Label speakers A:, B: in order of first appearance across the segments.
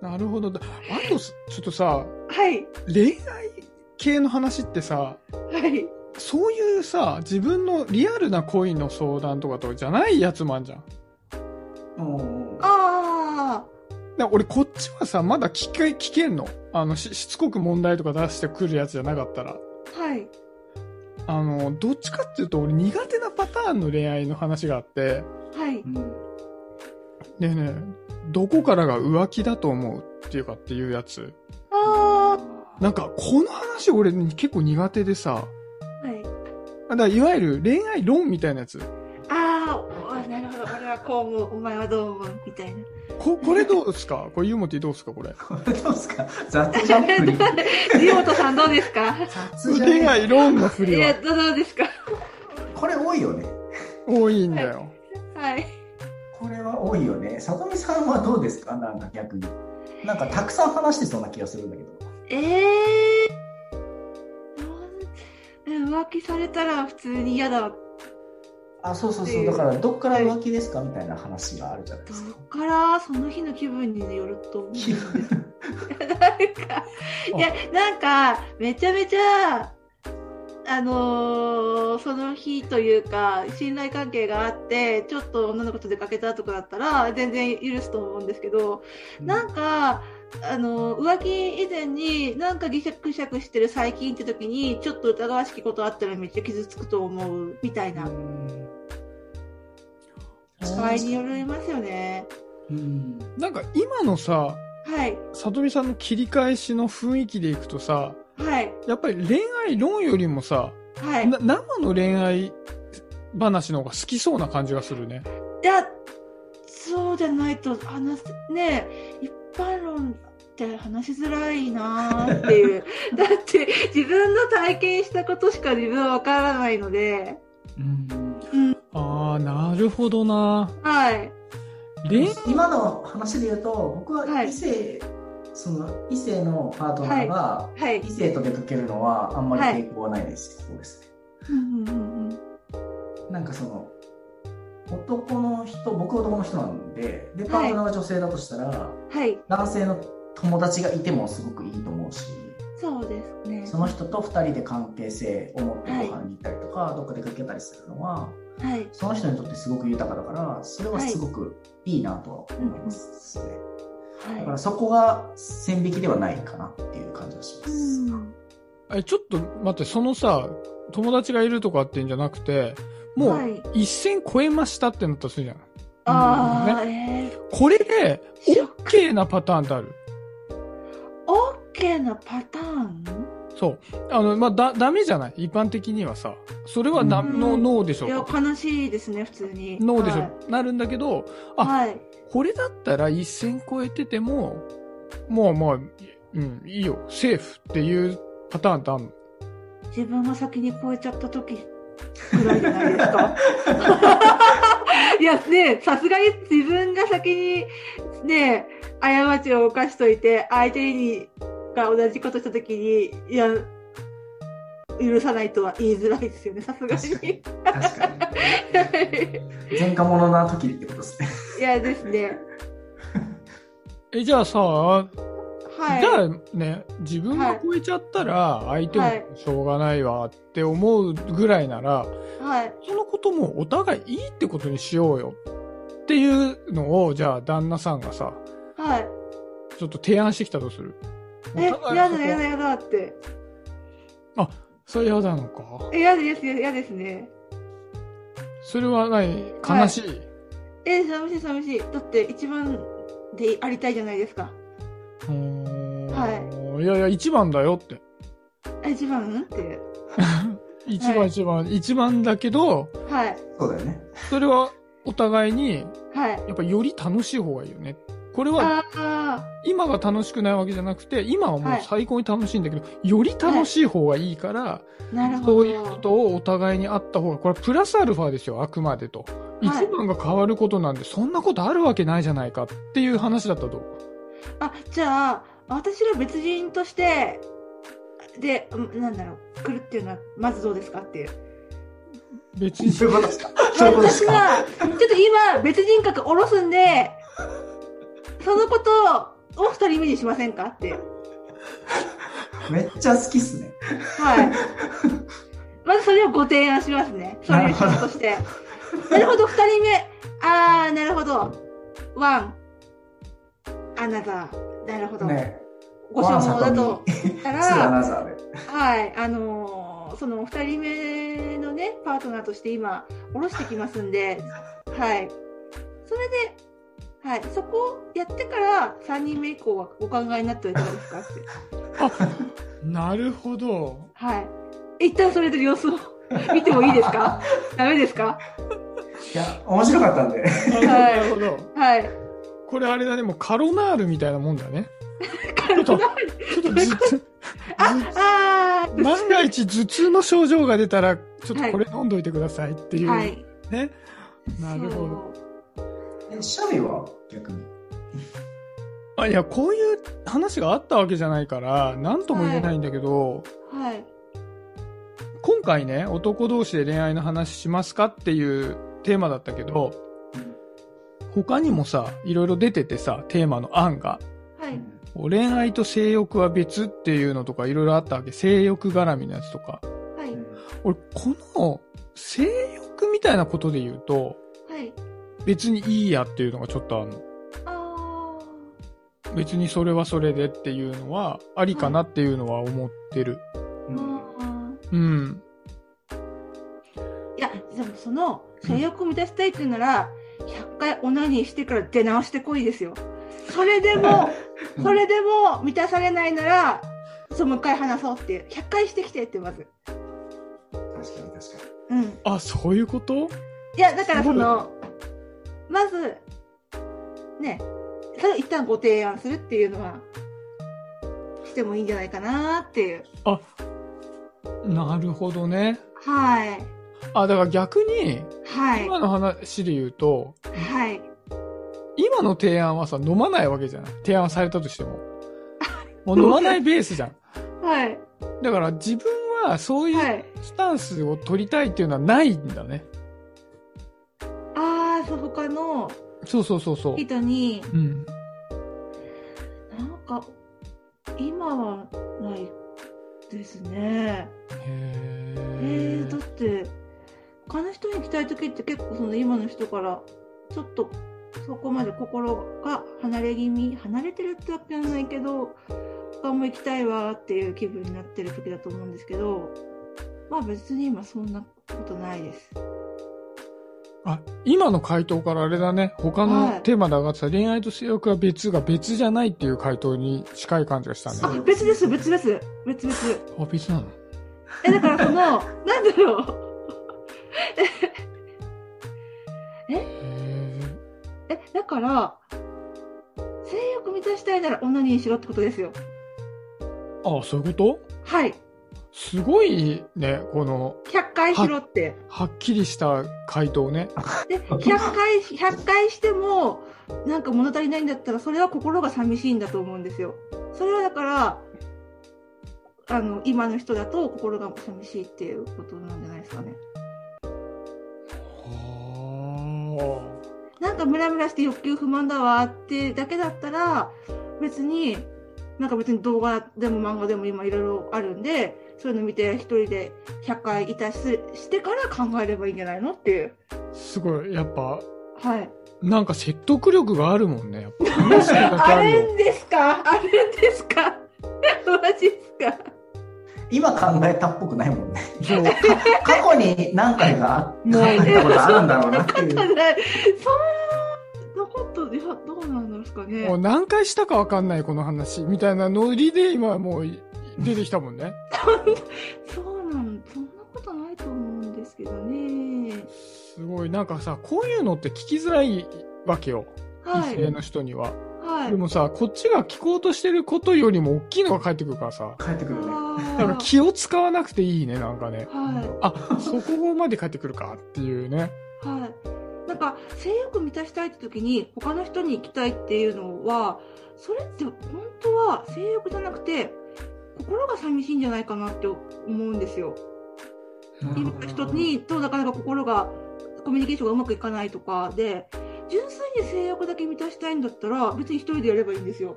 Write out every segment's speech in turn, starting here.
A: なるほど。あとす、ちょっとさ、
B: はい、
A: 恋愛系の話ってさ、
B: はい。
A: そういうさ、自分のリアルな恋の相談とかとかじゃないやつもあんじゃん。
C: うん
B: あ
A: だから俺こっちはさ、まだ聞け、聞けんの。あのし、しつこく問題とか出してくるやつじゃなかったら。
B: あ、はい、
A: あの、どっちかっていうと俺苦手なパターンの恋愛の話があって、
B: はい。
C: うん
A: ねえねえ、どこからが浮気だと思うっていうかっていうやつ。
B: あ
A: なんか、この話俺結構苦手でさ、
B: あ、はい。
A: だからいわゆる恋愛論みたいなやつ。
B: あーあ、なるほど。俺はこう思う、お前はどう思うみたいな。
A: こ、 これどうですかこれユーモティどうですかこれ。
C: これどうすか雑じゃんプ リン。
B: リモトさんどうですか
C: 雑じゃ
A: 恋
C: ない
A: 愛論の振
B: い
A: り
B: や、
A: は
B: どうですか
C: これ多いよね。
A: 多いんだよ。
B: はい。
C: これは多いよね。さとみさんはどうですかなんか逆に。なんかたくさん話してそうな気がするんだけど。
B: ええー。どう浮気されたら普通に嫌だ。ど
C: あ、そうそう
B: って
C: そ。
B: いうう
C: だからどっから浮気ですかみたいな話があるじゃないですか。
B: っからその日の気分によると思うんです
C: 気分
B: なんか、いや、なんか、めちゃめちゃ、あのーその日というか、信頼関係があって、ちょっと女の子と出かけたとかだったら、全然許すと思うんですけど、なんか、あのー浮気以前になんかぎしゃくしゃくしてる最近って時に、ちょっと疑わしきことあったらめっちゃ傷つくと思う、みたいな。場合によりますよね。
C: うん。
A: なんか今のさ、
B: はい、
A: さとみさんの切り返しの雰囲気でいくとさ、
B: はい、
A: やっぱり恋愛論よりもさ、
B: はい。
A: な生の恋愛話の方が好きそうな感じがするね。
B: いやそうじゃないと話せねえ一般論って話しづらいなーっていうだって自分の体験したことしか自分は分からないので
C: うん
A: あー、なるほどな。
B: はい
A: 恋
C: 今の話で言うと僕は
B: はい
C: 異性、その異性のパートナーが
B: はい
C: 異性と出かけるのはあんまり抵抗はないです、そうですね
B: うんうんうんうん
C: なんかその男の人僕男の人なんでで
B: い
C: パートナーが女性だとしたら、
B: はい
C: 男性の友達がいてもすごくいいと思うし
B: そうですね
C: その人と2人で関係性を持ってご飯に行ったりとか、どっか出かけたりするのは
B: はい
C: その人にとってすごく豊かだからそれはすごくいいなとは思いますね、だか
B: は
C: らそこが線引きではないかなっていう感じがしま
B: い
C: す、
B: うん
A: え、ちょっと待って、そのさ、友達がいるとかっていうんじゃなくて、も
B: は
A: う
B: い、
A: 一線超えましたってなったらするじゃん。
B: ああ、えー、
A: これで、
B: ショッ
A: OK なパターンってある。
B: オッケーなパターン
A: そう。あの、まあ、だ、ダメじゃない一般的にはさ。それはな、
B: うん
A: の、ノーでしょ
B: いうや
A: と。
B: 悲しいですね普通に
A: ノーでしょ、
B: はい
A: なるんだけど、あ
B: はい
A: これだったら一線超えてても、もうまあ、うん、いいよ、セーフっていうパターンってあんの
B: 自分が先に超えちゃった時ぐらいじゃないです か。いやねさすがに自分が先にね過ちを犯しといて相手にが同じことした時にいや許さないとは言いづらいですよねさすが
C: 確かに
B: に。
C: 確かに前科者な時ってことですね
B: いやですね。
A: え、じゃあさ、
B: はい。
A: じゃあね、自分が超えちゃったら、相手も
B: はい
A: しょうがないわって思うぐらいなら、
B: はい。
A: そのこともお互いいいってことにしようよっていうのを、じゃあ旦那さんがさ、
B: はい。
A: ちょっと提案してきたとする。
B: え、
A: お互い
B: や
A: のこ
B: だ
A: と
B: やだやだって。
A: それ嫌なのか。
B: え、やです、やですね。
A: それは何悲しい、
B: え、寂しい寂しい。だって一番でありたいじゃないですか。
A: うーんいやいや、一番だよって。
B: え、一番って。
A: 一番一番、一番だけど、
B: はい。
C: そうだよね
A: それはお互いに、
B: はい。
A: やっぱより楽しい方がいいよね。これは
B: ああ
A: 今が楽しくないわけじゃなくて、今はも
B: は
A: う
B: い
A: 最高に楽しいんだけど、より楽しい方がいいから、
B: ー、なるほど。
A: そういうことをお互いにあった方が、これはプラスアルファですよ、あくまでと。一
B: はい
A: 番が変わることなんで、そんなことあるわけないじゃないかっていう話だったと。
B: あ、じゃあ、私ら別人として、で、うんなんだろう、来るっていうのは、まずどうですかっていう。
A: 別に。
C: ういうことですか そういうことで
B: 私
C: すか
B: は、ちょっと今、別人格下ろすんで、そのことを二人目にしませんかって。
C: めっちゃ好きっすね。
B: はい。まずそれをご提案しますね。ソリューションとして。なるほど、二人目。あー、なるほど。ワン。アナザー。なるほど。
C: ね。
B: ご所望だと
C: ワン里美。
B: した
C: ツーア
B: ら、
C: ナザーで。
B: はい。あのーその二人目のね、パートナーとして今、下ろしてきますんで、はい。それで、はい。そこをやってから、三人目以降はお考えになってはいかがですかって。
A: なるほど。
B: はい。一旦それで様子を 見てもいいです かダメですか
C: いや、面白かったんで。
A: なるほど。
B: はい。
A: これあれだね、もうカロナールみたいなもんだね。
B: カロナール
A: ちょっとずつ、
B: ああ
A: 万が一頭痛の症状が出たら、ちょっとこれ飲んどいてくださいっていう、
B: はい。
A: ね。なるほど。
C: え、シャビは逆に。
A: あいや、こういう話があったわけじゃないから、なんとも言えないんだけど、
B: そう。はい。
A: 今回ね、男同士で恋愛の話しますかっていうテーマだったけど、他にもさ、いろいろ出ててさ、テーマの案が。
B: はい。
A: 恋愛と性欲は別っていうのとかいろいろあったわけ。性欲絡みのやつとか。
B: はい。
A: 俺、この、性欲みたいなことで言うと、
B: はい。
A: 別にいいやっていうのがちょっとあるの。
B: あ
A: 別にそれはそれでっていうのは、ありかなっていうのは思ってる。
C: う
B: ー
C: ん
B: あ
A: うん。
B: ー。いや、でもその、性欲を満たしたいっていうなら、100回オナニーしてから出直してこいですよ。それで も、それでも満たされないなら、そう、もう一回話そうっていう。100回してきてってまず。
C: 確かに確か
B: うん。
A: あ、そういうこと
B: いや、だからその、まず、ね、それを一旦ご提案するっていうのは、してもいいんじゃないかなっていう。
A: なるほどね。
B: はい。
A: あ、だから逆に、
B: はい。
A: 今の話で言うと、
B: はい。
A: 今の提案はさ、飲まないわけじゃない提案されたとして も。もう飲まないベースじゃん。
B: はい。
A: だから自分はそうい
B: は
A: う
B: い。
A: スタンスを取りたいっていうのはないんだね。
B: ああ、そう、他の
A: そうそうそうそう。
B: 人に、
A: うん。
B: なんか、今はないですね。
A: へ
B: え
A: ー
B: ー、だって、他の人に来たい時って結構その今の人から、ちょっとそこまで心が離れ気味、離れてるってわけじゃないけど、他も行きたいわーっていう気分になってる時だと思うんですけど、まあ別に今そんなことないです。
A: あ、今の回答からあれだね。他
B: は
A: の
B: い
A: テーマで上がってた恋愛と性欲は別が別じゃないっていう回答に近い感じがした
B: あ
A: ね。、
B: 別です、別です、別々。
A: あ、別なの
B: え、だ からその、なんだろう。
A: へー
B: え、だから、性欲満たしたいなら女にしろってことですよ。
A: あ、そういうこと
B: はい。
A: すごいね、この、
B: 100回しろって。
A: はっきりした回答ね。
B: で100回100回してもなんか物足りないんだったらそれは心が寂しいんだと思うんですよ。それはだからあの今の人だと心が寂しいっていうことなんじゃないですかね。
A: はあ。
B: なんかムラムラして欲求不満だわってだけだったら別になんか別に動画でも漫画でも今いろいろあるんでそういうの見て一人で100回いたししてから考えればいいんじゃないのっていう。
A: すごい、やっぱ、
B: はい。
A: なんか説得力があるもんね。やっ ぱ話すだけ
B: あ
A: ある
B: る
A: よ
B: んですかあるんですかマジですか
C: 今考えたっぽくないもんね。
A: そう。
C: 過去に何回か考
A: ない
C: えたことあるんだろうなってい
B: た
C: う。
B: だそんなこといやどうなんですか
A: もう
B: ね
A: 何回したかわかんない、この話。みたいなノリで今もうい出てきたもんね。
B: そうなんそんなことないと思うんですけどね
A: すごい。なんかさ、こういうのって聞きづらいわけよ。
B: は
A: 異
B: い
A: 性の人には。
B: はい
A: でもさ、こっちが聞こうとしてることよりも大きいのが返ってくるからさ。
C: 帰ってくるね。
A: なんか
B: あ
A: 気を使わなくていいね、なんかね
B: ー。はい
A: あ、そこまで返ってくるかっていうね。
B: はいなんか性欲満たしたいって時に他の人に行きたいっていうのはそれって本当は性欲じゃなくて心が寂しいんじゃないかなって思うんですよ今の人にとなかなか心がコミュニケーションがうまくいかないとかで純粋に性欲だけ満たしたいんだったら別に一人でやればいいんですよっ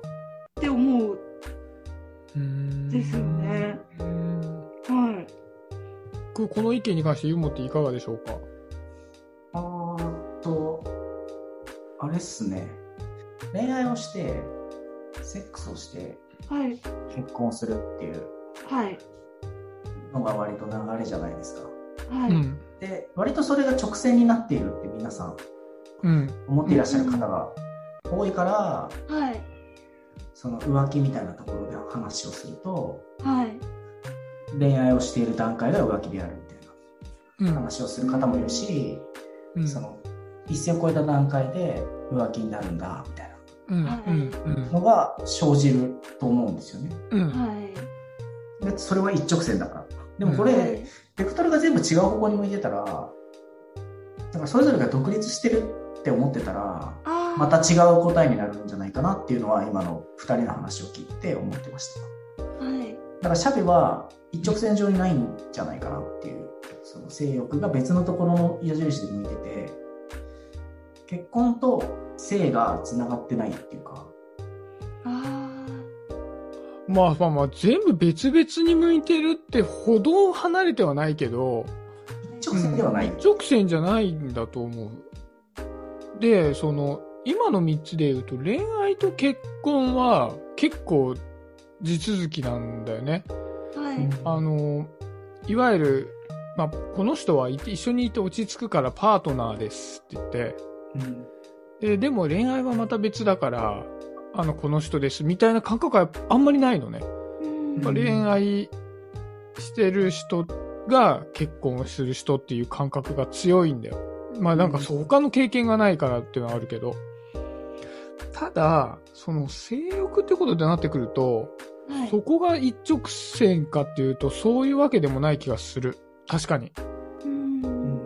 B: て思う。
A: うん
B: ですよね
A: うん
B: はい。
A: ここの意見に関してユーモっていかがでしょうか
C: あーっと、あれっすね。恋愛をして、セックスをして、
B: はい。
C: 結婚するっていう
B: はい。
C: のが割と流れじゃないですか。
B: はい。
A: うん。
C: で、割とそれが直線になっているって皆さん
A: うん。
C: 思っていらっしゃる方が多いから、
B: はい。
C: その浮気みたいなところで話をすると、
B: はい。
C: 恋愛をしている段階が浮気であるみたい
A: うん。う
C: なん話をする方もいるし、
A: うん
C: その一線を越えた段階で浮気になるんだみたい
A: うん
B: はい
A: うん
C: なのが生じると思うんですよね。
A: うんうん
B: はい。
C: でそれは一直線だから。でもこれ、
B: はい
C: ベクトルが全部違う方向に向いてたら、だからそれぞれが独立してるって思ってたら、
B: あー
C: また違う答えになるんじゃないかなっていうのは今の2人の話を聞いて思ってました。
B: はい。
C: だからシャビは一直線上にないんじゃないかなっていうその性欲が別のところの矢印で向いてて結婚と性がつながってないっていうか
B: あ
A: まあまあまあ、全部別々に向いてるってほど離れてはないけど、
C: 一直線ではない、
A: 一直線じゃないんだと思う。で、その、今の3つで言うと、恋愛と結婚は結構地続きなんだよね。
B: あ。は
C: う
B: い
C: ん。
A: あの、いわゆる、まあ、この人はい一緒にいて落ち着くからパートナーですって言って、
C: うん
A: ででも恋愛はまた別だから、あの、この人ですみたいな感覚はあんまりないのね。
B: うん
A: やっぱ恋愛してる人が結婚をする人っていう感覚が強いんだよ。まあなんかそう他の経験がないからっていうのはあるけど。ただ、その性欲ってことでなってくると、
B: はい。
A: そこが一直線かっていうとそういうわけでもない気がする。確かに。
B: うん
C: うん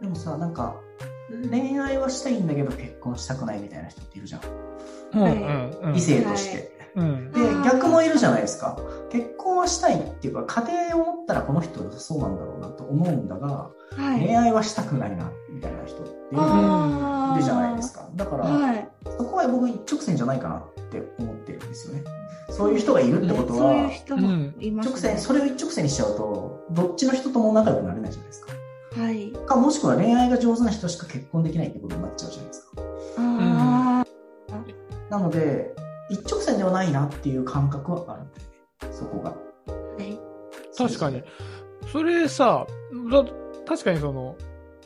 C: でもさなんか恋愛はしたいんだけど結婚したくないみたいな人っているじゃん、
A: うんう
B: はい
A: んうん。
C: 異性として、
A: うん。
B: はい
C: で逆もいるじゃないですか結婚はしたいっていうか家庭を持ったらこの人そうなんだろうなと思うんだが、
B: はい。
C: 恋愛はしたくないなみたいな人っていうのが
B: あー
C: いるじゃないですか。だから、
B: はい。
C: そこは僕一直線じゃないかなって思ってるんですよね。そういう人がいるってこと
B: そういう
C: は、
B: 人もいます、ね
C: 直線、それを一直線にしちゃうと、どっちの人とも仲良くなれないじゃないですか。
B: はい。
C: か、もしくは恋愛が上手な人しか結婚できないってことになっちゃうじゃないですか。
B: あ
C: なので、一直線ではないなっていう感覚はあるんだよね。そこが。
B: あ。はい。
A: 確かに。それさ、だ確かにその、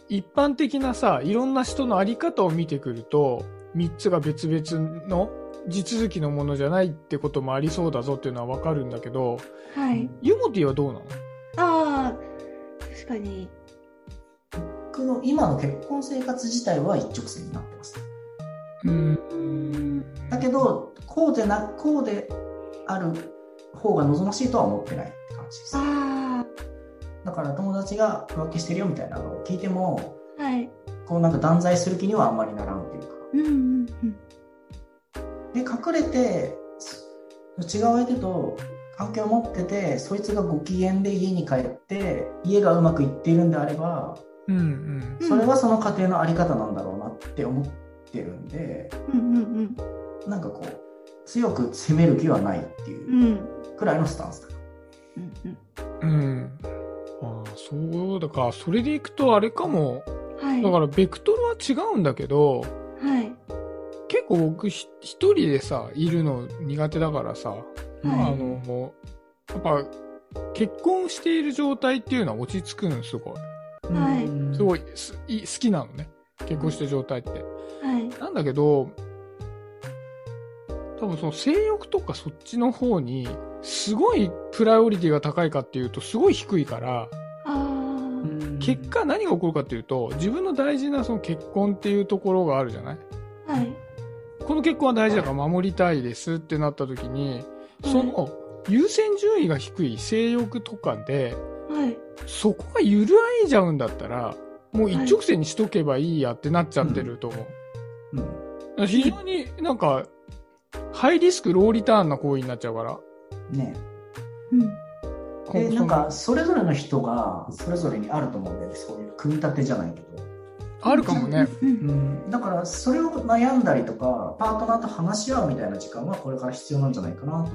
A: 一般的なさ、いろんな人のあり方を見てくると、三つが別々の地続きのものじゃないってこともありそうだぞっていうのはわかるんだけど、
B: はい。
A: ユモティはどうなの
B: ああ。確かに。
C: 僕の今の結婚生活自体は一直線になってます。
A: うん。
C: だけど、こうでな、こうである方が望ましいとは思ってないって感じです。
B: あ
C: だから友達が浮気してるよみたいなのを聞いても、
B: あ。はい。
C: こうなんか断罪する気にはあんまりならんっていうか。
B: うんうんうん。
C: で、隠れて、す違う相手と関係を持ってて、そいつがご機嫌で家に帰って、家がうまくいっているんであれば、
A: うんうん。
C: それはその家庭のあり方なんだろうなって思ってるんで、
B: うんうん
C: なんかこう、強く責める気はないって
B: うん。う。
C: いうんくらいのスタンスだ。
B: うんうん。
A: うん。ああ、そうだか。それでいくとあれかも。
B: はい。
A: だから、ベクトルは違うんだけど、
B: はい。
A: 結構僕ひ一人でさ、いるの苦手だからさ、あの、もう、やっぱ、結婚している状態っていうのは落ち着くのすごい。
B: はい
C: うん
A: すごい、すい好きなのね。結婚してる状態って。
B: はい。
A: なんだけど、多分その性欲とかそっちの方に、すごいプライオリティが高いかっていうと、すごい低いから、
B: ああ。
A: 結果何が起こるかっていうと、自分の大事なその結婚っていうところがあるじゃない
B: はい。
A: この結婚は大事だから守りたいですってなった時に、その優先順位が低い性欲とかで、
B: はい。
A: そこが揺らいじゃうんだったら、もう一直線にしとけばいいやってなっちゃってると思う。
C: うん
A: 非常になんか、ハイリスク、ローリターンな行為になっちゃうから。
C: ね
B: うん。
A: こ
C: で
A: その
C: なんかそれぞれの人がそれぞれにあると思うんだよねそういう組み立てじゃないけど
A: あるかもね。
B: うん
C: うん、だからそれを悩んだりとかパートナーと話し合うみたいな時間はこれから必要なんじゃないかなと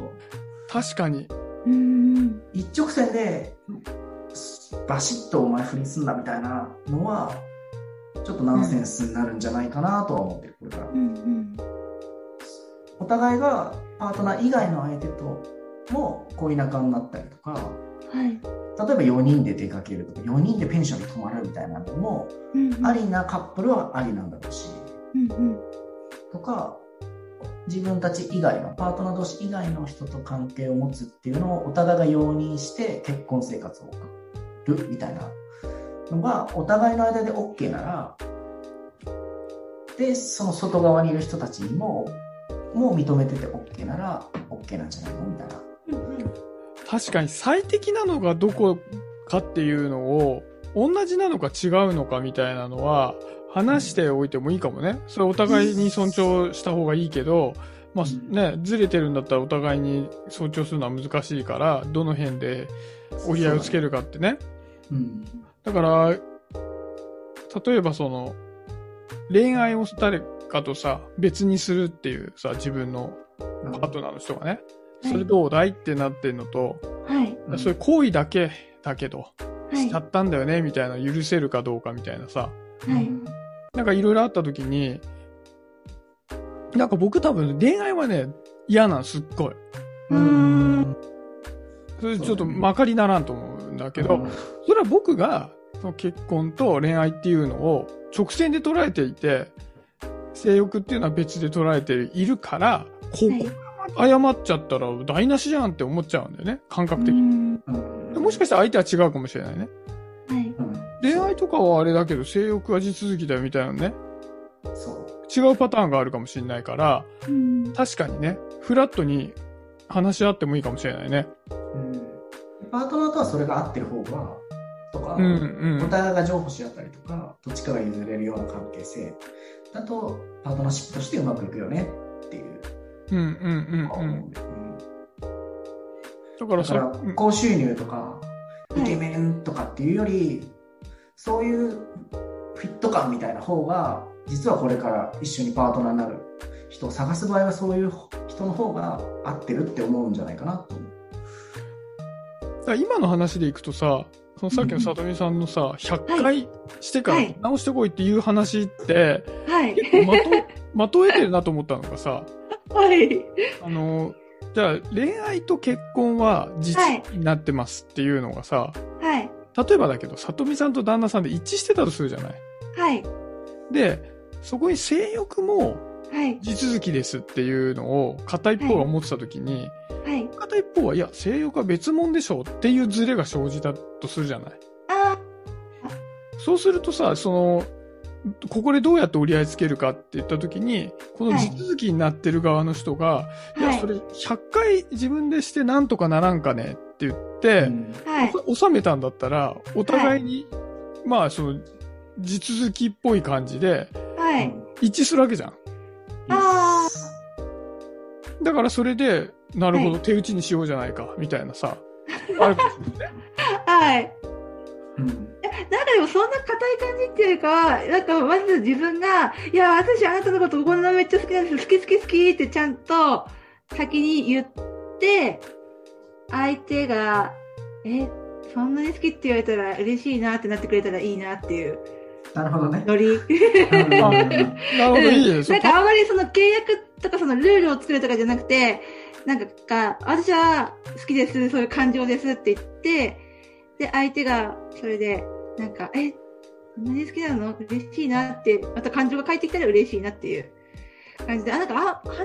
A: 確かに。
B: うん
C: 一直線でバシッとお前不倫すんなみたいなのはちょっとナンセンスになるんじゃないかなとは思ってるこれから
B: うんうん
C: お互いがパートナー以外の相手とも恋仲になったりとか
B: はい
C: 例えば4人で出かけるとか4人でペンションに泊まるみたいなのも
B: うんうん
C: ありなカップルはありなんだろうし
B: うんうん
C: とか自分たち以外のパートナー同士以外の人と関係を持つっていうのをお互いが容認して結婚生活を送るみたいなのがお互いの間で OK ならでその外側にいる人たちにももう認めてて OK なら OK なんじゃないのみたいな。
A: 確かに最適なのがどこかっていうのを、同じなのか違うのかみたいなのは、話しておいてもいいかもね。それお互いに尊重した方がいいけど、まあね、ずれてるんだったらお互いに尊重するのは難しいから、どの辺で折り合いをつけるかってね。
C: うん
A: だから、例えばその、恋愛を誰かとさ、別にするっていうさ、自分のパートナーの人がね、それどうだいってなってるのと、
B: はい
C: うん
A: そういう行為だけだけど、
B: は
A: し
B: い
A: ちゃったんだよね、みたいな、許せるかどうかみたいなさ、
B: はい
A: なんかいろいろあった時に、なんか僕多分恋愛はね、嫌なんすっごい。
C: うん
A: それちょっとまかりならんと思うんだけど、それは僕が、その結婚と恋愛っていうのを直線で捉えていて、性欲っていうのは別で捉えているから、こ
B: はい
A: こ謝っちゃったら台無しじゃんって思っちゃうんだよね、感覚的
B: う
A: に。
B: ん
C: うん
A: もしかしたら相手は違うかもしれないね。
B: はい
C: うん
A: 恋愛とかはあれだけど、性欲は地続きだよみたいなね、
C: そう
A: 違うパターンがあるかもしれないから、
B: うん
A: 確かにね、フラットに話し合ってもいいかもしれないね。
C: うんパートナーとはそれが合ってる方がとか、
A: うんう
C: お
A: ん。
C: 互いが譲歩し合ったりとかどっちかが譲れるような関係性だとパートナーシップとしてうまくいくよねっていう
A: うんうん
C: のは
A: うんう
C: 思
A: ん。
C: う、うん
A: だから
C: だか
A: さ、
C: ら
A: うん
C: 高収入とかイケメンとかっていうより、そういうフィット感みたいな方が実はこれから一緒にパートナーになる人を探す場合はそういう人の方が合ってるって思うんじゃないかなと思う。
A: だから今の話でいくとさ、そのさっきのさとみさんのさ、100回してか
B: は
A: ら
B: い
A: 直してこいっていう話って、
B: はい
A: 結構まと、まとえてるなと思ったのがさ、
B: はい
A: あの、じゃあ恋愛と結婚は実になってますっていうのがさ、
B: はい
A: 例えばだけど、さとみさんと旦那さんで一致してたとするじゃない
B: はい
A: で、そこに性欲も
B: はい
A: 地続きですっていうのを片一方が思ってた時に、
B: はい
A: 片一方はいや、性欲は別物でしょうっていうズレが生じたとするじゃない
B: あ
A: そうするとさ、その、ここでどうやって折り合いつけるかって言った時に、この
B: はい
A: 地続きになってる側の人が、
B: ー
A: い、
B: は
A: や、
B: い
A: それ100回自分でしてなんとかならんかねって言って、
C: うん
B: はい
A: お収めたんだったら、お互いに、まあ、その、地続きっぽい感じで、
B: はい
A: 一致するわけじゃん。
B: あ
A: だからそれで、なるほど、
B: はい
A: 手打ちにしようじゃないか、みたいな さ。あるかもしれない
B: はい
C: うん
B: なんかでもそんな硬い感じっていうか、なんかまず自分が、いや、私あなたのことお好みめっちゃ好きなんです、好き好き好きってちゃんと先に言って、相手が、え、そんなに好きって言われたら嬉しいなってなってくれたらいいなっていう
C: なるほ どね。
B: ノリ。
C: う
A: なるほど、いいね。そ
B: な
A: うん
B: かあんまりその契約とかそのルールを作るとかじゃなくて、なんかか、私は好きです、そういう感情ですって言って、で、相手がそれで、なんか、え、そんなに好きなの嬉しいなって、また感情が返ってきたら嬉しいなっていう感じで、あ、なんか、あ、話し合う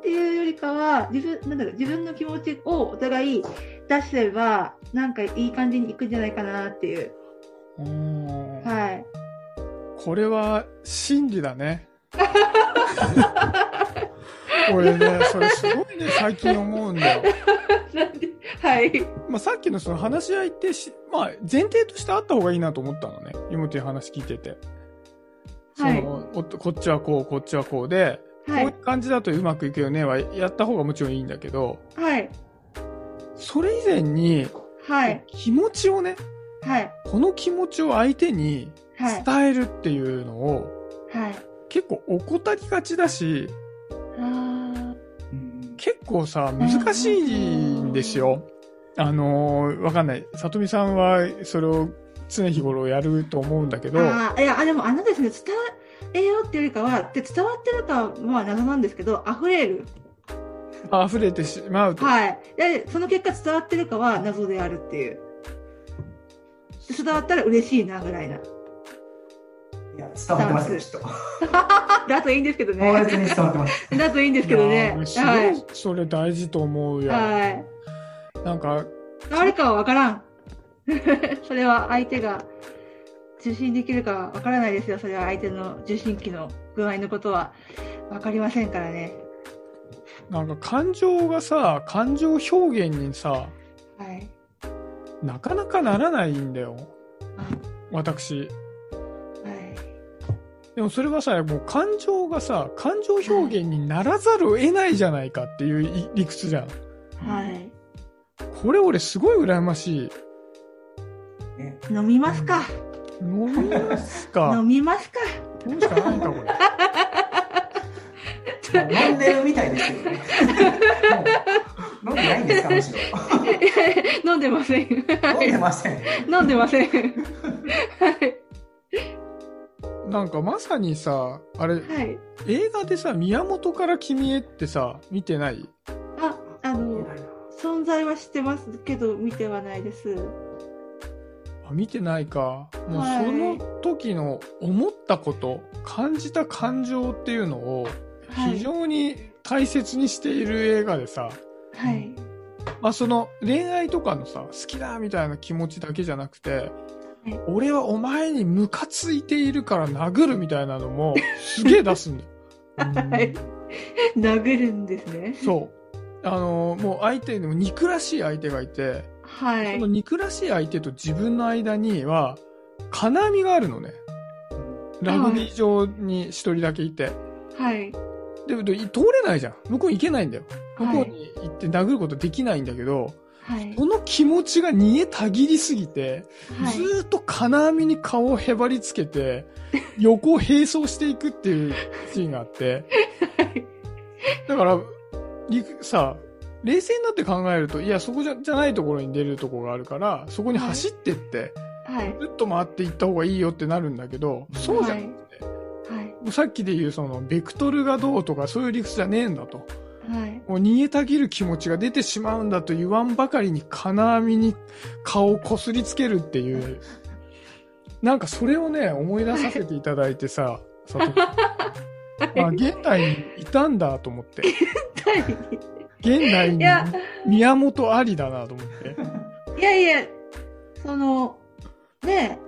B: っていうよりかは、自分、なんだろう、自分の気持ちをお互い出せば、なんかいい感じにいくんじゃないかなっていう。
A: うん
B: はい。
A: これは真理だね。 俺ね、それすごいね、最近思うんだよ。
B: なんで、はい。
A: まあ、さっきのその話し合いってし、まあ、前提としてあった方がいいなと思ったのね。今という話聞いてて。そ
B: はい。
A: のおこっちはこう、こっちはこうで、こう
B: は
A: い。
B: いう
A: 感じだとうまくいくよねはやった方がもちろんいいんだけど、
B: はい。
A: それ以前に、
B: はい。
A: 気持ちをね、
B: はい。
A: この気持ちを相手に
B: はい。
A: 伝えるっていうのを
B: はい。
A: 結構怠りがちだし、
B: あ
C: うん
A: 結構さ、難しいんですよ。あのーわかんない。さとみさんはそれを常日頃やると思うんだけど、
B: あー。いや、あでもあのですね、伝えようっていうよりかは、で伝わってるかはまあ謎なんですけど、溢れる。
A: 溢れてしまうと。
B: はい。で、その結果伝わってるかは謎であるっていう。で伝わったら嬉しいなぐらいな。
C: いや、伝わってますよ、きっと。
B: だといいんですけど
C: 猛
B: ね。
C: 烈に伝わってます。
B: だといいんですけど
A: い
B: ね
A: や。ーすご
B: はいい。
A: それ大事と思うよ。
B: はい。
A: なんか、
B: 伝わるかは分からん。 それは相手が受信できるかは分からないですよ。それは相手の受信機の具合のことは分かりませんからね。
A: なんか感情がさ、感情表現にさ、
B: はい。
A: なかなかならないんだよ。
B: あ
A: 私。
B: はい。
A: でもそれはさ、もう感情がさ、感情表現にならざるを得ないじゃないかっていうい理屈じゃん。
B: はい。
A: これ俺すごい羨ましい。
C: ね、
B: 飲みますか。
A: 飲みます
B: 飲
A: か。
B: みますか。
A: 飲むしかないか、これ。
C: もう飲んでるみたいですけどね。もう飲んでないんですか、むし ろ。
B: 飲んでません。
C: 飲んでません。
B: 飲んでません。はい。
A: なんかまさにさ、あれ、
B: はい。
A: 映画でさ、宮本から君へってさ、見てない
B: あ、あの、存在は知ってますけど、見てはないです。
A: あ見てないか。もう
B: はい
A: その時の思ったこと、感じた感情っていうのを
B: は
A: 非
B: い。
A: 常に大切にしている映画でさ、
B: はい。
A: まあその恋愛とかのさ、好きだみたいな気持ちだけじゃなくて
B: はい、
A: 俺はお前にムカついているから殴るみたいなのもすげえ出すんだよ。
B: はい。 殴るんですね。
A: そう。あのもう相手にも憎らしい相手がいて、
B: は
A: そ
B: い
A: の。憎らしい相手と自分の間には、金網があるのね。ラグビー場に一人だけいて。
B: はい。
A: でで、通れないじゃん。向こうに行けないんだよ。向こうに行って殴ることできないんだけど、
B: はい。
A: この気持ちが煮えたぎりすぎて、
B: はい
A: ず。ーっと金網に顔をへばりつけ て、横を並走していくっていうシーンがあって。だから、りさ、冷静になって考えると、いや、そこじゃじゃないところに出るところがあるから、そこに走ってって、
B: はい。
A: ぐっと回っていった方がいいよってなるんだけど、そうじゃなくて、
B: はい。
A: もうさっきで言うその、ベクトルがどうとかそういう理屈じゃねえんだと。
B: はい。
A: もう逃げたぎる気持ちが出てしまうんだと言わんばかりに金網に顔をこすりつけるっていう、なんかそれをね、思い出させていただいてさ、さと
B: い
A: あ、現代にいたんだと思って。
B: はい
A: 現代
B: い
A: に
B: や、
A: 宮本ありだなと思って。
B: いやいや、その、ね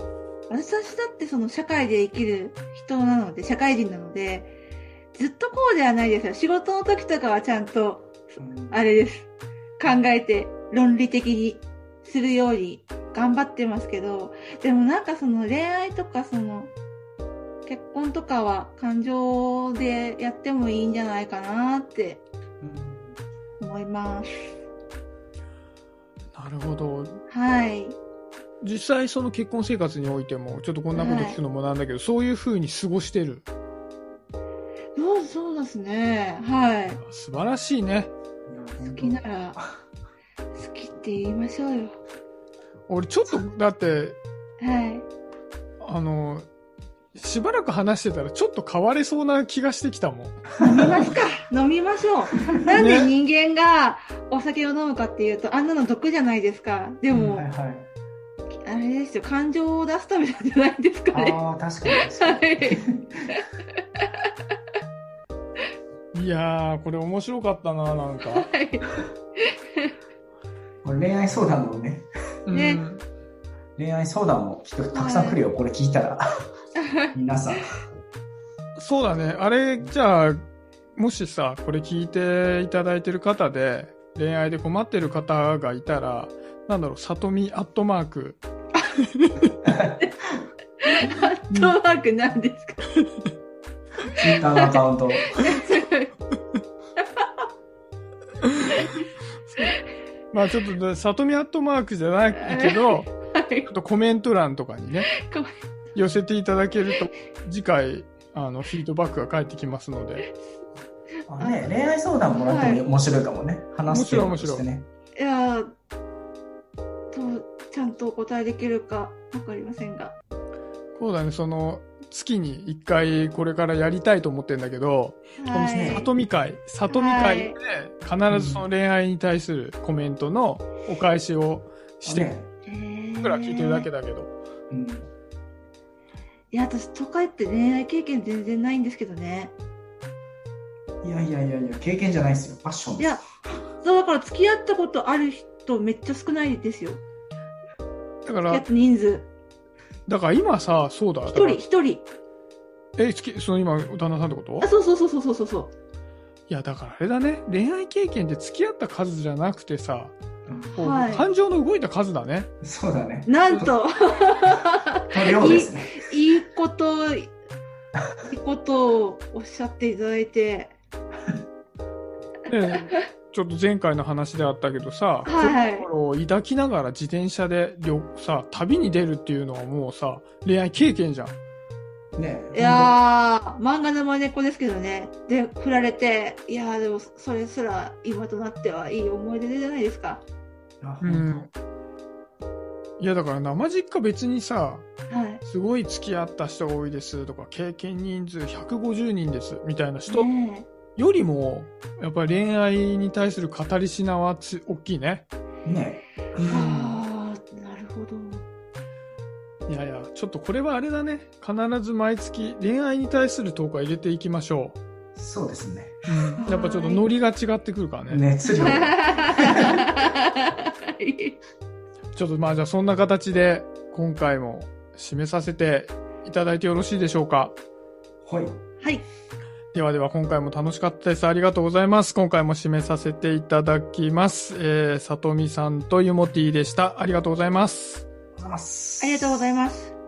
B: え、私だってその社会で生きる人なので、社会人なので、ずっとこうではないですよ。仕事の時とかはちゃんと、あれです。考えて、論理的にするように頑張ってますけど、でもなんかその恋愛とかその、結婚とかは感情でやってもいいんじゃないかなって思います。
A: なるほど。
B: はい。
A: 実際その結婚生活においても、ちょっとこんなこと聞くのもなんだけど、そういう風に過ごしてる。
B: そうそうですね。はい。
A: 素晴らしいね。
B: 好きなら、好きって言いましょうよ。
A: 俺ちょっと、だって、
B: はい。
A: あの、しばらく話してたらちょっと変われそうな気がしてきたもん。
B: 飲み ますか飲みましょう。なんで人間がお酒を飲むかっていうと、あんなの毒じゃないですか。でも、
C: はいはい。
B: あれですよ、感情を出すためなんじゃないですかね。
C: ああ、確かに確かに。
A: いやー、これ面白かったな、なんか。
B: はい。
C: これ恋愛相談のね、
B: ね
A: うん
C: 恋愛相談もきっとたくさん来るよ、これ聞いた ら。皆さん。
A: そうだね。あれ、じゃあ、もしさ、これ聞いていただいてる方で、恋愛で困ってる方がいたら、なんだろう、さとみアットマーク。
B: ハットマークなんですか
C: ツイッターのアカウント。
A: まあちょっ と、さとみアットマークじゃないけど、
B: はい
A: ちょっとコメント欄とかにね、
B: ごめん
A: 寄せていただけると、次回、あの、フィードバックが返ってきますので。
C: あね、恋愛相談もらっても面白いかもね。話すテーマとしてね。
B: いやーとちゃんとお答えできるかわかりませんが
A: そうだね、その、月に一回これからやりたいと思ってんだけど、
B: は
C: そうですね
B: い
A: 里見会、里見会で必ずその恋愛に対するコメントのお返しをして、
C: ね
A: 僕ら聞いてるだけ
B: だ
A: だけど。
C: うん。
B: いや私都会って恋愛経験全然ないんですけどね
C: いやいやいやいや、経験じゃないですよ。パッション
B: い
C: です。
B: やそうだから付き合ったことある人めっちゃ少ないですよ
A: だか
B: 付き合
A: ら
B: っ、た人数
A: だから今さ、そうだ。だ
B: 一
A: から
B: 人一人
A: え、好き、その今、旦那さんってこと
B: あそうそうそうそうそうそうそう
A: いや、だからあれだね。恋愛経験って付き合った数じゃなくてさ、こう
B: はい
A: 感情の動いた数だね。
C: そうだね。
B: なん と
C: の量ですね。
B: いいこといいことをおっしゃっていただいて
A: で ちょっと前回の話であったけどさ、
B: はい
A: 心を抱きながら自転車で旅さ、旅に出るっていうのはもうさ、恋愛経験じゃん。
C: ね
B: いやー、漫画の真似っこですけどね。で、振られて、いやー、でも、それすら今となってはいい思い出じゃないですか。
C: あ
A: う
C: 本当
A: ん。いや、だから生実家別にさ、
B: はい。
A: すごい付き合った人が多いですとか、経験人数150人ですみたいな人
B: ね
A: よりも、やっぱり恋愛に対する語りしなはつ大きいね。
C: ねう
B: え。
C: ん
B: あー、なる ほど。
A: いやいや、ちょっとこれはあれだね。必ず毎月恋愛に対する投稿入れていきましょ
C: そうですね。
A: う。やっぱちょっとノリが違ってくるからね。
C: 熱量。
B: はい
A: ちょっとまあじゃあそんな形で今回も締めさせていただいてよろしいでしょうか。
C: はい。
B: はい。
A: ではでは今回も楽しかったです。ありがとうございます。今回も締めさせていただきます。えー、さとみさんとゆもてぃでした。ありがとうございます。
B: ありがとうござい
C: す。
B: ます。